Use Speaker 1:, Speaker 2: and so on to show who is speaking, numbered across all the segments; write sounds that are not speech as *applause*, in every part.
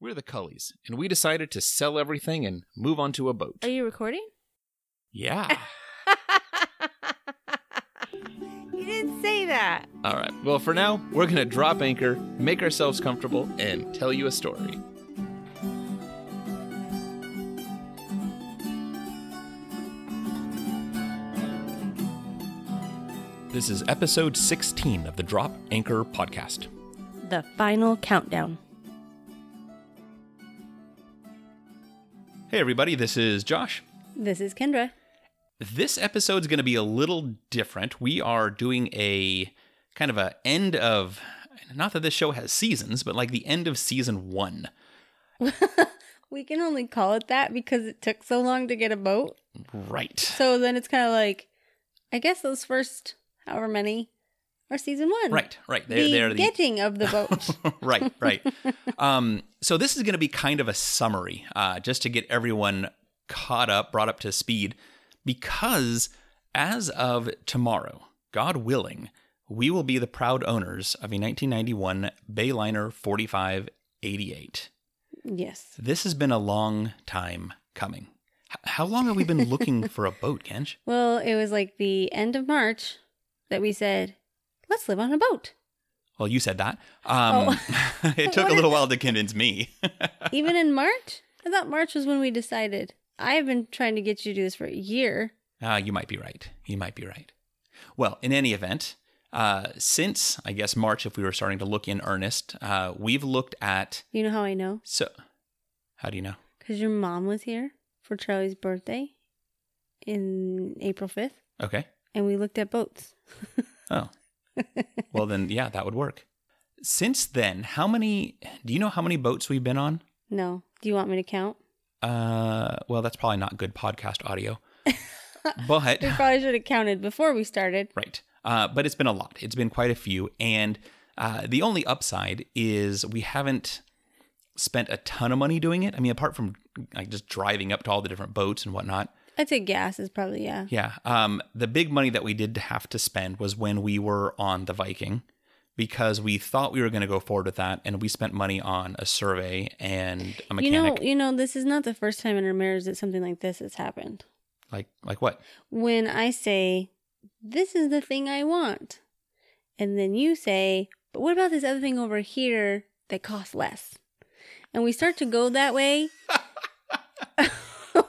Speaker 1: We're the Cullies, and we decided to sell everything and move onto a boat.
Speaker 2: Are you recording?
Speaker 1: yeah.
Speaker 2: *laughs* you didn't say that.
Speaker 1: *laughs* All right. Well, for now, we're going to drop anchor, make ourselves comfortable, and tell you a story. This is episode 16 of the Drop Anchor podcast.
Speaker 2: The final countdown.
Speaker 1: Hey, everybody, this is Josh.
Speaker 2: This is Kendra. *laughs*
Speaker 1: This episode's going to be a little different. We are doing a kind of a end of not that this show has seasons, but like the end of season 1.
Speaker 2: We can only call it that because it took so long to get a boat.
Speaker 1: Right.
Speaker 2: So then it's kind of like, I guess those first however many are season one.
Speaker 1: Right, right. They're,
Speaker 2: the
Speaker 1: they're the
Speaker 2: getting of the boat.
Speaker 1: *laughs* right, right. um, so this is going to be kind of a summary, uh, just to get everyone caught up, brought up to speed, because as of tomorrow, God willing, we will be the proud owners of a 1991 Bayliner 4588.
Speaker 2: yes.
Speaker 1: This has been a long time coming. H- how long have we been looking for a boat, Kench?
Speaker 2: Well, it was like the end of March that we said, let's live on a boat.
Speaker 1: Well, you said that. Um, *laughs* it took a
Speaker 2: What
Speaker 1: little while to convince me. *laughs*
Speaker 2: Even in March? I thought March was when we decided. I've been trying to get you to do this for a year.
Speaker 1: Ah, you might be right. You might be right. Well, in any event, uh, since I guess March, if we were starting to look in earnest, uh, we've looked at
Speaker 2: You know how I know?
Speaker 1: so. How do you know?
Speaker 2: Because your mom was here for Charlie's birthday in April 5th,
Speaker 1: Okay.
Speaker 2: and we looked at boats.
Speaker 1: Oh. well, then, yeah, that would work. Since then, how many? Do you know how many boats we've been on?
Speaker 2: No. Do you want me to count?
Speaker 1: Uh, well, that's probably not good podcast audio. but *laughs*
Speaker 2: *laughs* We probably should have counted before we started.
Speaker 1: Right. Uh, but it's been a lot. It's been quite a few. And uh, the only upside is we haven't spent a ton of money doing it. I mean, apart from like just driving up to all the different boats and whatnot.
Speaker 2: I'd say gas is probably, yeah.
Speaker 1: Yeah. Um, the big money that we did have to spend was when we were on the Viking because we thought we were going to go forward with that. And we spent money on a survey and a mechanic.
Speaker 2: You know, you know, this is not the first time in our marriage that something like this has happened.
Speaker 1: like, like what?
Speaker 2: When I say, this is the thing I want, and then you say, but what about this other thing over here that costs less? And we start to go that way. *laughs* but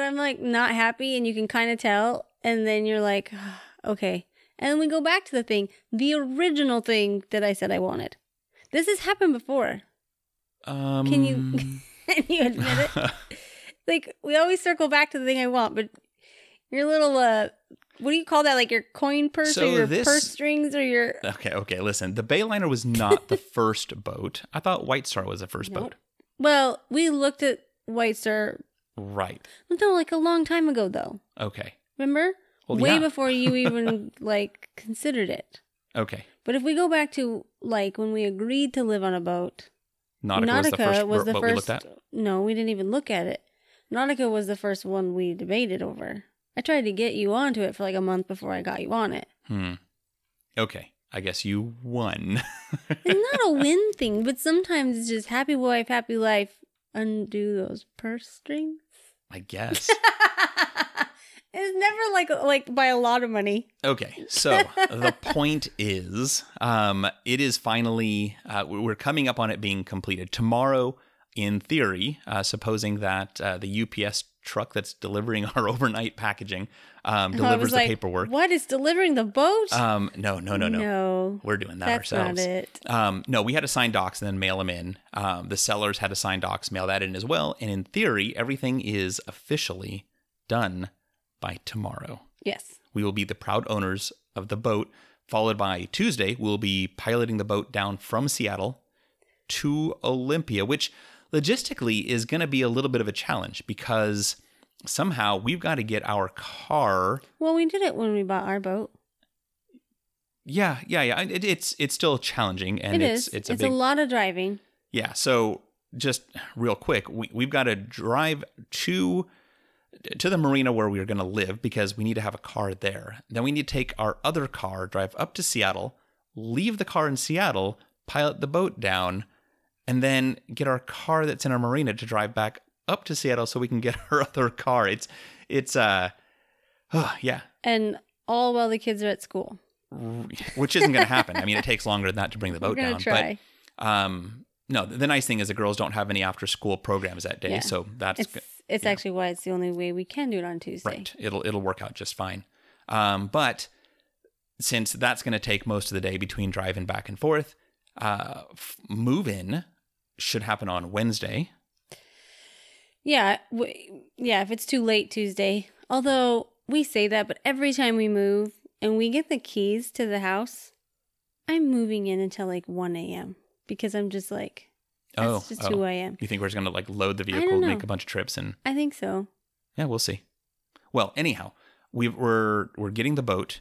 Speaker 2: I'm like not happy, and you can kind of tell. And then you're like, "Ah, okay. And then we go back to the thing, the original thing that I said I wanted. This has happened before. *laughs*
Speaker 1: Um,
Speaker 2: Can *laughs* you can you admit it?
Speaker 1: *laughs*
Speaker 2: like we always circle back to the thing I want, but your little uh what do you call that? Like your coin purse
Speaker 1: So
Speaker 2: or your
Speaker 1: this-
Speaker 2: purse strings or your
Speaker 1: Okay, okay, listen. The Bayliner was not *laughs* the first boat. I thought White Star was the first
Speaker 2: Nope.
Speaker 1: boat.
Speaker 2: Well, we looked at White Star
Speaker 1: Right.
Speaker 2: no, like a long time ago though.
Speaker 1: Okay.
Speaker 2: Remember?
Speaker 1: Well,
Speaker 2: Way
Speaker 1: yeah. *laughs*
Speaker 2: before you even like considered it.
Speaker 1: Okay.
Speaker 2: But if we go back to like when we agreed to live on a boat,
Speaker 1: Nautica, was the first boat we looked at.
Speaker 2: No, we didn't even look at it. Nautica was the first one we debated over. I tried to get you onto it for like a month before I got you on it.
Speaker 1: Hmm. Okay. I guess you won. *laughs*
Speaker 2: It's not a win thing, but sometimes it's just happy wife, happy life. Undo those purse strings.
Speaker 1: I *laughs* guess.
Speaker 2: *laughs* it's never like like by a lot of money.
Speaker 1: Okay. So the point is, um, it is finally uh, we- we're coming up on it being completed tomorrow. In theory, uh, supposing that uh, the UPS truck that's delivering *laughs* our overnight packaging um,
Speaker 2: And I
Speaker 1: delivers
Speaker 2: was
Speaker 1: the
Speaker 2: like,
Speaker 1: paperwork.
Speaker 2: What is delivering the boat?
Speaker 1: Um, no, no, no, no.
Speaker 2: No,
Speaker 1: We're doing that
Speaker 2: that's
Speaker 1: ourselves.
Speaker 2: not it.
Speaker 1: Um, no, we had to sign docs and then mail them in. Um, the sellers had to sign docs, mail that in as well. And in theory, everything is officially done by tomorrow.
Speaker 2: Yes.
Speaker 1: We will be the proud owners of the boat, followed by Tuesday, we'll be piloting the boat down from Seattle to Olympia, which logistically is going to be a little bit of a challenge because somehow we've got to get our car.
Speaker 2: Well, we did it when we bought our boat.
Speaker 1: Yeah, yeah, yeah. It, it's it's still challenging, and
Speaker 2: it
Speaker 1: it's
Speaker 2: is.
Speaker 1: it's a big
Speaker 2: lot of driving.
Speaker 1: Yeah. So just real quick, we, we've got to drive to to the marina where we are going to live because we need to have a car there. Then we need to take our other car, drive up to Seattle, leave the car in Seattle, pilot the boat down, and then get our car that's in our marina to drive back up to Seattle so we can get *laughs* her other car. It's it's uh *sighs* oh, yeah,
Speaker 2: and all while the kids are at school.
Speaker 1: which isn't going to happen. I mean, it takes longer than that to bring the
Speaker 2: We're
Speaker 1: boat
Speaker 2: gonna
Speaker 1: down,
Speaker 2: try.
Speaker 1: but um no, the nice thing is the girls don't have any after school programs that day,
Speaker 2: Yeah.
Speaker 1: so that's
Speaker 2: it's
Speaker 1: good.
Speaker 2: it's
Speaker 1: yeah.
Speaker 2: actually why it's the only way we can do it on Tuesday.
Speaker 1: Right. It'll it'll work out just fine. Um, but since that's going to take most of the day between driving back and forth, uh, f- move in should happen on Wednesday.
Speaker 2: Yeah, w- yeah. If it's too late Tuesday, although we say that, but every time we move and we get the keys to the house, I'm moving in until like one a.m. because I'm just like that's
Speaker 1: oh,
Speaker 2: just
Speaker 1: oh.
Speaker 2: who I am.
Speaker 1: you think we're just going to like load the
Speaker 2: don't
Speaker 1: vehicle,
Speaker 2: know.
Speaker 1: make a bunch of trips, and
Speaker 2: I think so.
Speaker 1: yeah, we'll see. Well, anyhow, we've, we're we're getting the boat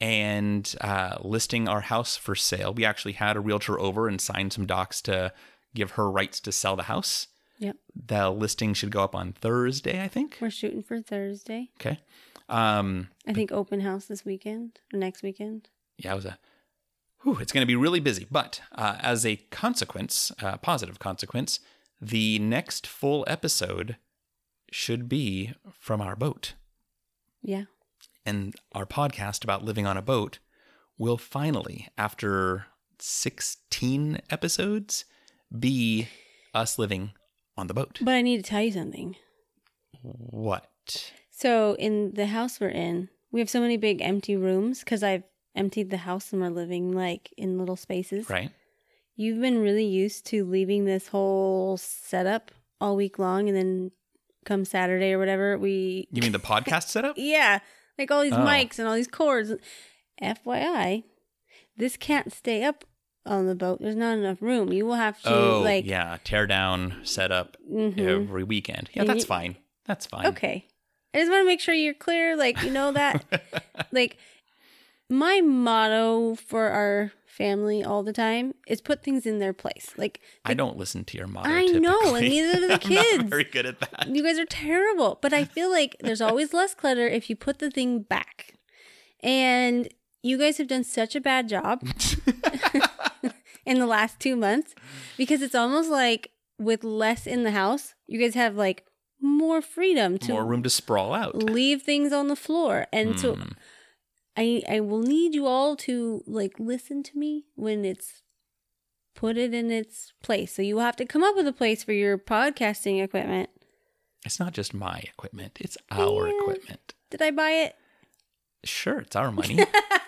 Speaker 1: and uh, listing our house for sale. We actually had a realtor over and signed some docs to give her rights to sell the house.
Speaker 2: Yep.
Speaker 1: The listing should go up on Thursday, I think.
Speaker 2: We're shooting for Thursday.
Speaker 1: Okay. Um,
Speaker 2: I think open house this weekend or next weekend.
Speaker 1: yeah, it was a. Whew, it's going to be really busy, but uh, as a consequence, uh, positive consequence, the next full episode should be from our boat,
Speaker 2: Yeah.
Speaker 1: and our podcast about living on a boat will finally, after sixteen episodes, be us living on the boat.
Speaker 2: But I need to tell you something.
Speaker 1: What?
Speaker 2: So in the house we're in, we have so many big empty rooms because I've emptied the house and we're living like in little spaces.
Speaker 1: Right?
Speaker 2: You've been really used to leaving this whole setup all week long, and then come Saturday or whatever, we
Speaker 1: You mean the podcast
Speaker 2: *laughs*
Speaker 1: setup?
Speaker 2: yeah, like all these
Speaker 1: Oh.
Speaker 2: mics and all these cords. FYI, this can't stay up on the boat. There's not enough room. You will have to
Speaker 1: Oh,
Speaker 2: like
Speaker 1: yeah, tear down, set up,
Speaker 2: mhm.
Speaker 1: every weekend. Yeah,
Speaker 2: And
Speaker 1: that's
Speaker 2: you-
Speaker 1: fine. That's fine.
Speaker 2: Okay. I just want to make sure you're clear. Like, you know that. like, my motto for our family all the time is put things in their place. Like,
Speaker 1: *laughs* I don't listen to your motto.
Speaker 2: I know, and
Speaker 1: typically.
Speaker 2: neither do
Speaker 1: *laughs*
Speaker 2: the
Speaker 1: I'm not
Speaker 2: kids.
Speaker 1: very good at that.
Speaker 2: you guys are terrible. But I feel like
Speaker 1: *laughs*
Speaker 2: there's always less clutter if you put the thing back. And you guys have done such a
Speaker 1: *laughs*
Speaker 2: bad job in the last two months because it's almost like with less in the house, you guys have like more freedom to
Speaker 1: More room to sprawl out.
Speaker 2: leave things on the floor and so
Speaker 1: Mm.
Speaker 2: i i will need you all to like listen to me when it's put it in its place so you will have to come up with a place for your podcasting equipment
Speaker 1: It's not just my equipment; it's our
Speaker 2: Yeah.
Speaker 1: equipment.
Speaker 2: did i buy it
Speaker 1: Sure, it's our
Speaker 2: *laughs*
Speaker 1: money.
Speaker 2: i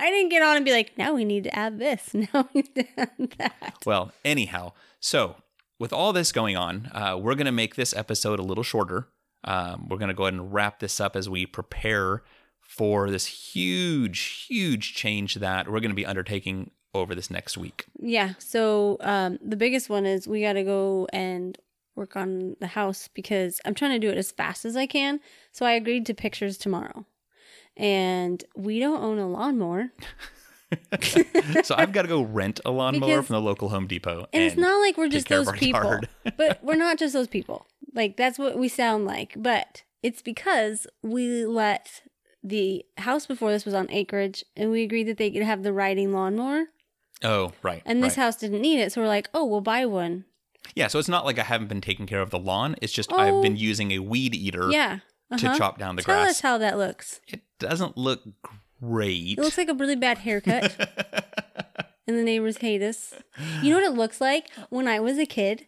Speaker 2: didn't get on and be like now we need to add this *laughs* now we need to add that
Speaker 1: well, anyhow, so with all this going on, uh, we're going to make this episode a little shorter. Um, we're going to go ahead and wrap this up as we prepare for this huge, huge change that we're going to be undertaking over this next
Speaker 2: *laughs*
Speaker 1: week.
Speaker 2: yeah so um the biggest one is we got to go and work on the house because i'm trying to do it as fast as i can so i agreed to pictures tomorrow and we don't own a lawnmower
Speaker 1: so I've got to go rent a lawnmower
Speaker 2: Because-
Speaker 1: from the local Home Depot.
Speaker 2: and it's not like we're just
Speaker 1: care of
Speaker 2: those
Speaker 1: our
Speaker 2: people
Speaker 1: yard. *laughs*
Speaker 2: but we're not just those people like that's what we sound like but it's because we let the house before this was on acreage and we agreed that they could have the riding lawnmower
Speaker 1: Oh, right.
Speaker 2: and this
Speaker 1: right.
Speaker 2: house didn't need it so we're like oh we'll buy one
Speaker 1: yeah, so it's not like I haven't been taking care of the lawn. It's just I've
Speaker 2: Oh.
Speaker 1: been using a weed eater
Speaker 2: yeah uh-huh.
Speaker 1: Er, to chop down the
Speaker 2: tell
Speaker 1: grass.
Speaker 2: us how that looks
Speaker 1: it doesn't look great.
Speaker 2: it looks like a really bad haircut
Speaker 1: *laughs*
Speaker 2: and the neighbors hate us you know what it looks like when i was a kid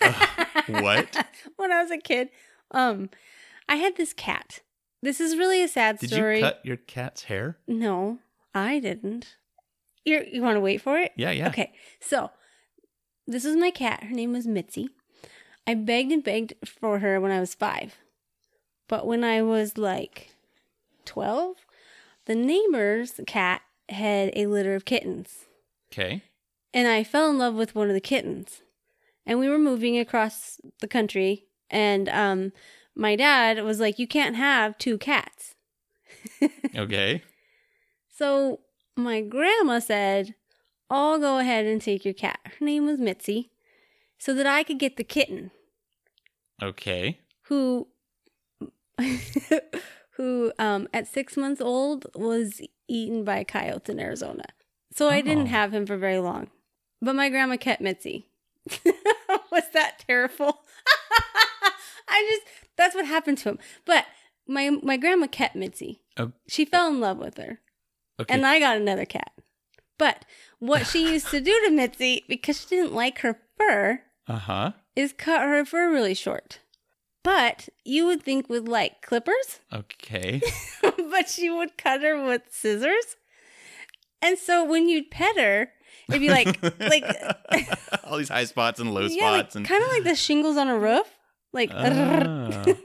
Speaker 1: Uh, what?
Speaker 2: *laughs* when i was a kid um i had this cat this is really a sad
Speaker 1: Did
Speaker 2: story
Speaker 1: you cut your cat's hair?
Speaker 2: No, I didn't. You're, you want to wait for it?
Speaker 1: Yeah, yeah.
Speaker 2: Okay. So, this was my cat. Her name was Mitzi. I begged and begged for her when I was five. But when I was like 12, the neighbor's cat had a litter of kittens.
Speaker 1: Okay.
Speaker 2: And I fell in love with one of the kittens. And we were moving across the country. And um, my dad was like, You can't have two cats.
Speaker 1: Okay.
Speaker 2: So my grandma said, I'll go ahead and take your cat. Her name was Mitzi, so that I could get the kitten
Speaker 1: Okay.
Speaker 2: who *laughs* who um at six months old was eaten by coyotes in Arizona. So I didn't
Speaker 1: Oh.
Speaker 2: have him for very long. But my grandma kept Mitzi. *laughs* Was that terrible? *laughs* I just that's what happened to him. But my my grandma kept Mitzi.
Speaker 1: Oh.
Speaker 2: She fell in love with her.
Speaker 1: Okay.
Speaker 2: And I got another cat. But what
Speaker 1: *laughs*
Speaker 2: she used to do to Mitzi because she didn't like her fur
Speaker 1: Uh huh.
Speaker 2: is cut her fur really short. But you would think with like clippers, *laughs*
Speaker 1: Okay.
Speaker 2: but she would cut her with scissors. And so when you'd pet her, it'd be like
Speaker 1: *laughs*
Speaker 2: like
Speaker 1: *laughs* all these high spots *laughs* and low
Speaker 2: yeah, like,
Speaker 1: spots and
Speaker 2: kind of like the shingles on a roof, like.
Speaker 1: *laughs* oh.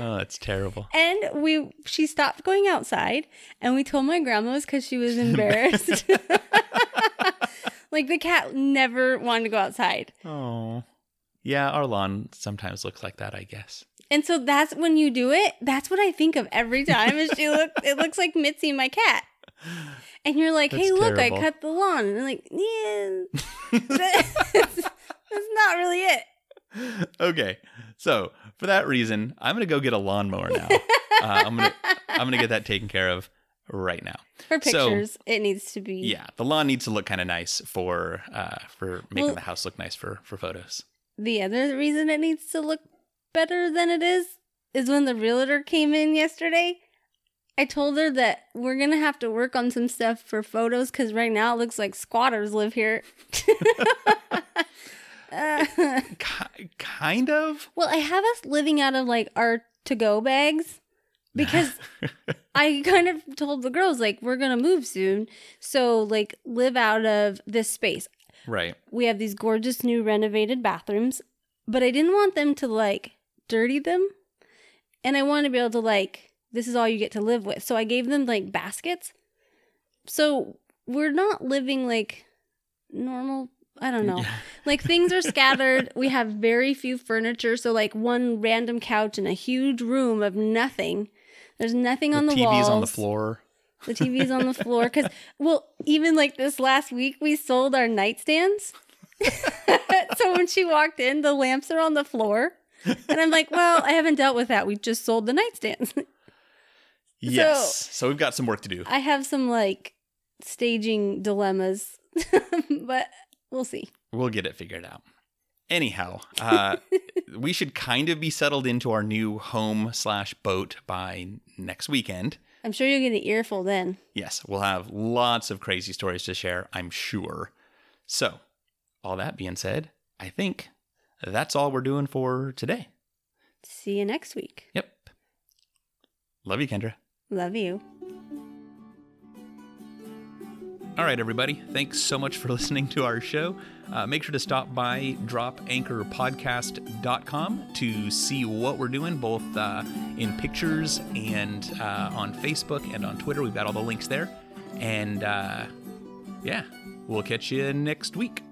Speaker 1: oh, that's terrible.
Speaker 2: And we, she stopped going outside, and we told my grandma's because she
Speaker 1: *laughs*
Speaker 2: was embarrassed. *laughs* like the cat never wanted to go outside,
Speaker 1: Oh. Yeah, our lawn sometimes looks like that, I guess. *gasps*
Speaker 2: and so that's when you do it. That's what I think of every time. Is she look? It looks like Mitzi, my cat. And you're like,
Speaker 1: That's
Speaker 2: hey, look, I
Speaker 1: terrible.
Speaker 2: cut the lawn. And I'm like,
Speaker 1: *laughs*
Speaker 2: yeah, *laughs* that's, that's not really it.
Speaker 1: Okay. So, for that reason, I'm going to go get a lawnmower *laughs* now. uh, I'm going to I'm going to get that taken care of right now.
Speaker 2: For
Speaker 1: So-
Speaker 2: pictures, it needs to be
Speaker 1: Yeah, the lawn needs to look kind of nice for uh for making
Speaker 2: Well-
Speaker 1: the house look nice for for photos.
Speaker 2: The other reason it needs to look better than it is is when the realtor came in yesterday. I told her that we're gonna have to work on some stuff for photos because right now it looks like squatters live here. *laughs* Uh,
Speaker 1: Ki- kind of?
Speaker 2: well, I have us living out of like our to go bags because I kind of told the girls, like, we're gonna move soon. So, like, live out of this space.
Speaker 1: right.
Speaker 2: We have these gorgeous new renovated bathrooms, but I didn't want them to like dirty them. And I want to be able to like, this is all you get to live with. So I gave them like baskets. So we're not living like normal. I don't *laughs* know. Like things are scattered. We have very few furniture. So like one random couch in a huge room of nothing. There's nothing on the
Speaker 1: TV's
Speaker 2: walls.
Speaker 1: on the floor.
Speaker 2: The TV's on the floor because, well, even like this last week, we sold our nightstands. *laughs* so when she walked in, the lamps are on the floor. And I'm like, well, I haven't dealt with that. We just sold the nightstands.
Speaker 1: Yes. so we've got some work to do.
Speaker 2: I have some like staging dilemmas, *laughs* but we'll see.
Speaker 1: We'll get it figured out. Anyhow,
Speaker 2: *laughs*
Speaker 1: uh, we should kind of be settled into our new home slash boat by next weekend.
Speaker 2: I'm sure you'll get an earful then.
Speaker 1: Yes, we'll have lots of crazy stories to share, I'm sure. So, all that being said, I think that's all we're doing for today.
Speaker 2: See you next week.
Speaker 1: Yep. Love you, Kendra.
Speaker 2: Love you.
Speaker 1: All right, everybody. Thanks so much for *laughs* listening to our show. Uh, make sure to stop by dropanchorpodcast.com to see what we're doing, both uh, in pictures and uh, on Facebook and on Twitter. We've got all the links there. And uh, yeah, we'll catch you next week.